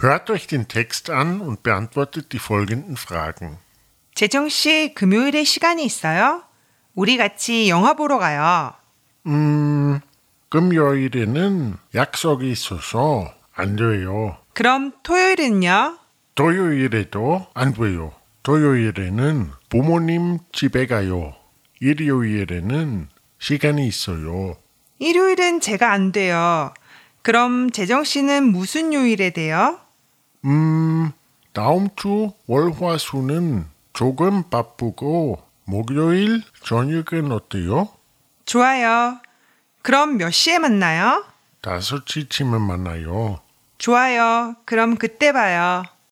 Hört euch den Text an und beantwortet die folgenden Fragen. 재정 씨, 금요일에 시간이 있어요? 우리 같이 영화 보러 가요. 음, 금요일에는 약속이 있어서 안 돼요. 그럼 토요일은요? 토요일에도 안 돼요. 토요일에는 부모님 집에 가요. 일요일에는 시간이 있어요. 일요일은 제가 안 돼요. 그럼 재정 씨는 무슨 요일에 돼요? 음, 다음 주 월화수는 조금 바쁘고 목요일 저녁은 어때요? 좋아요. 그럼 몇 시에 만나요? 다섯 시쯤에 만나요. 좋아요. 그럼 그때 봐요.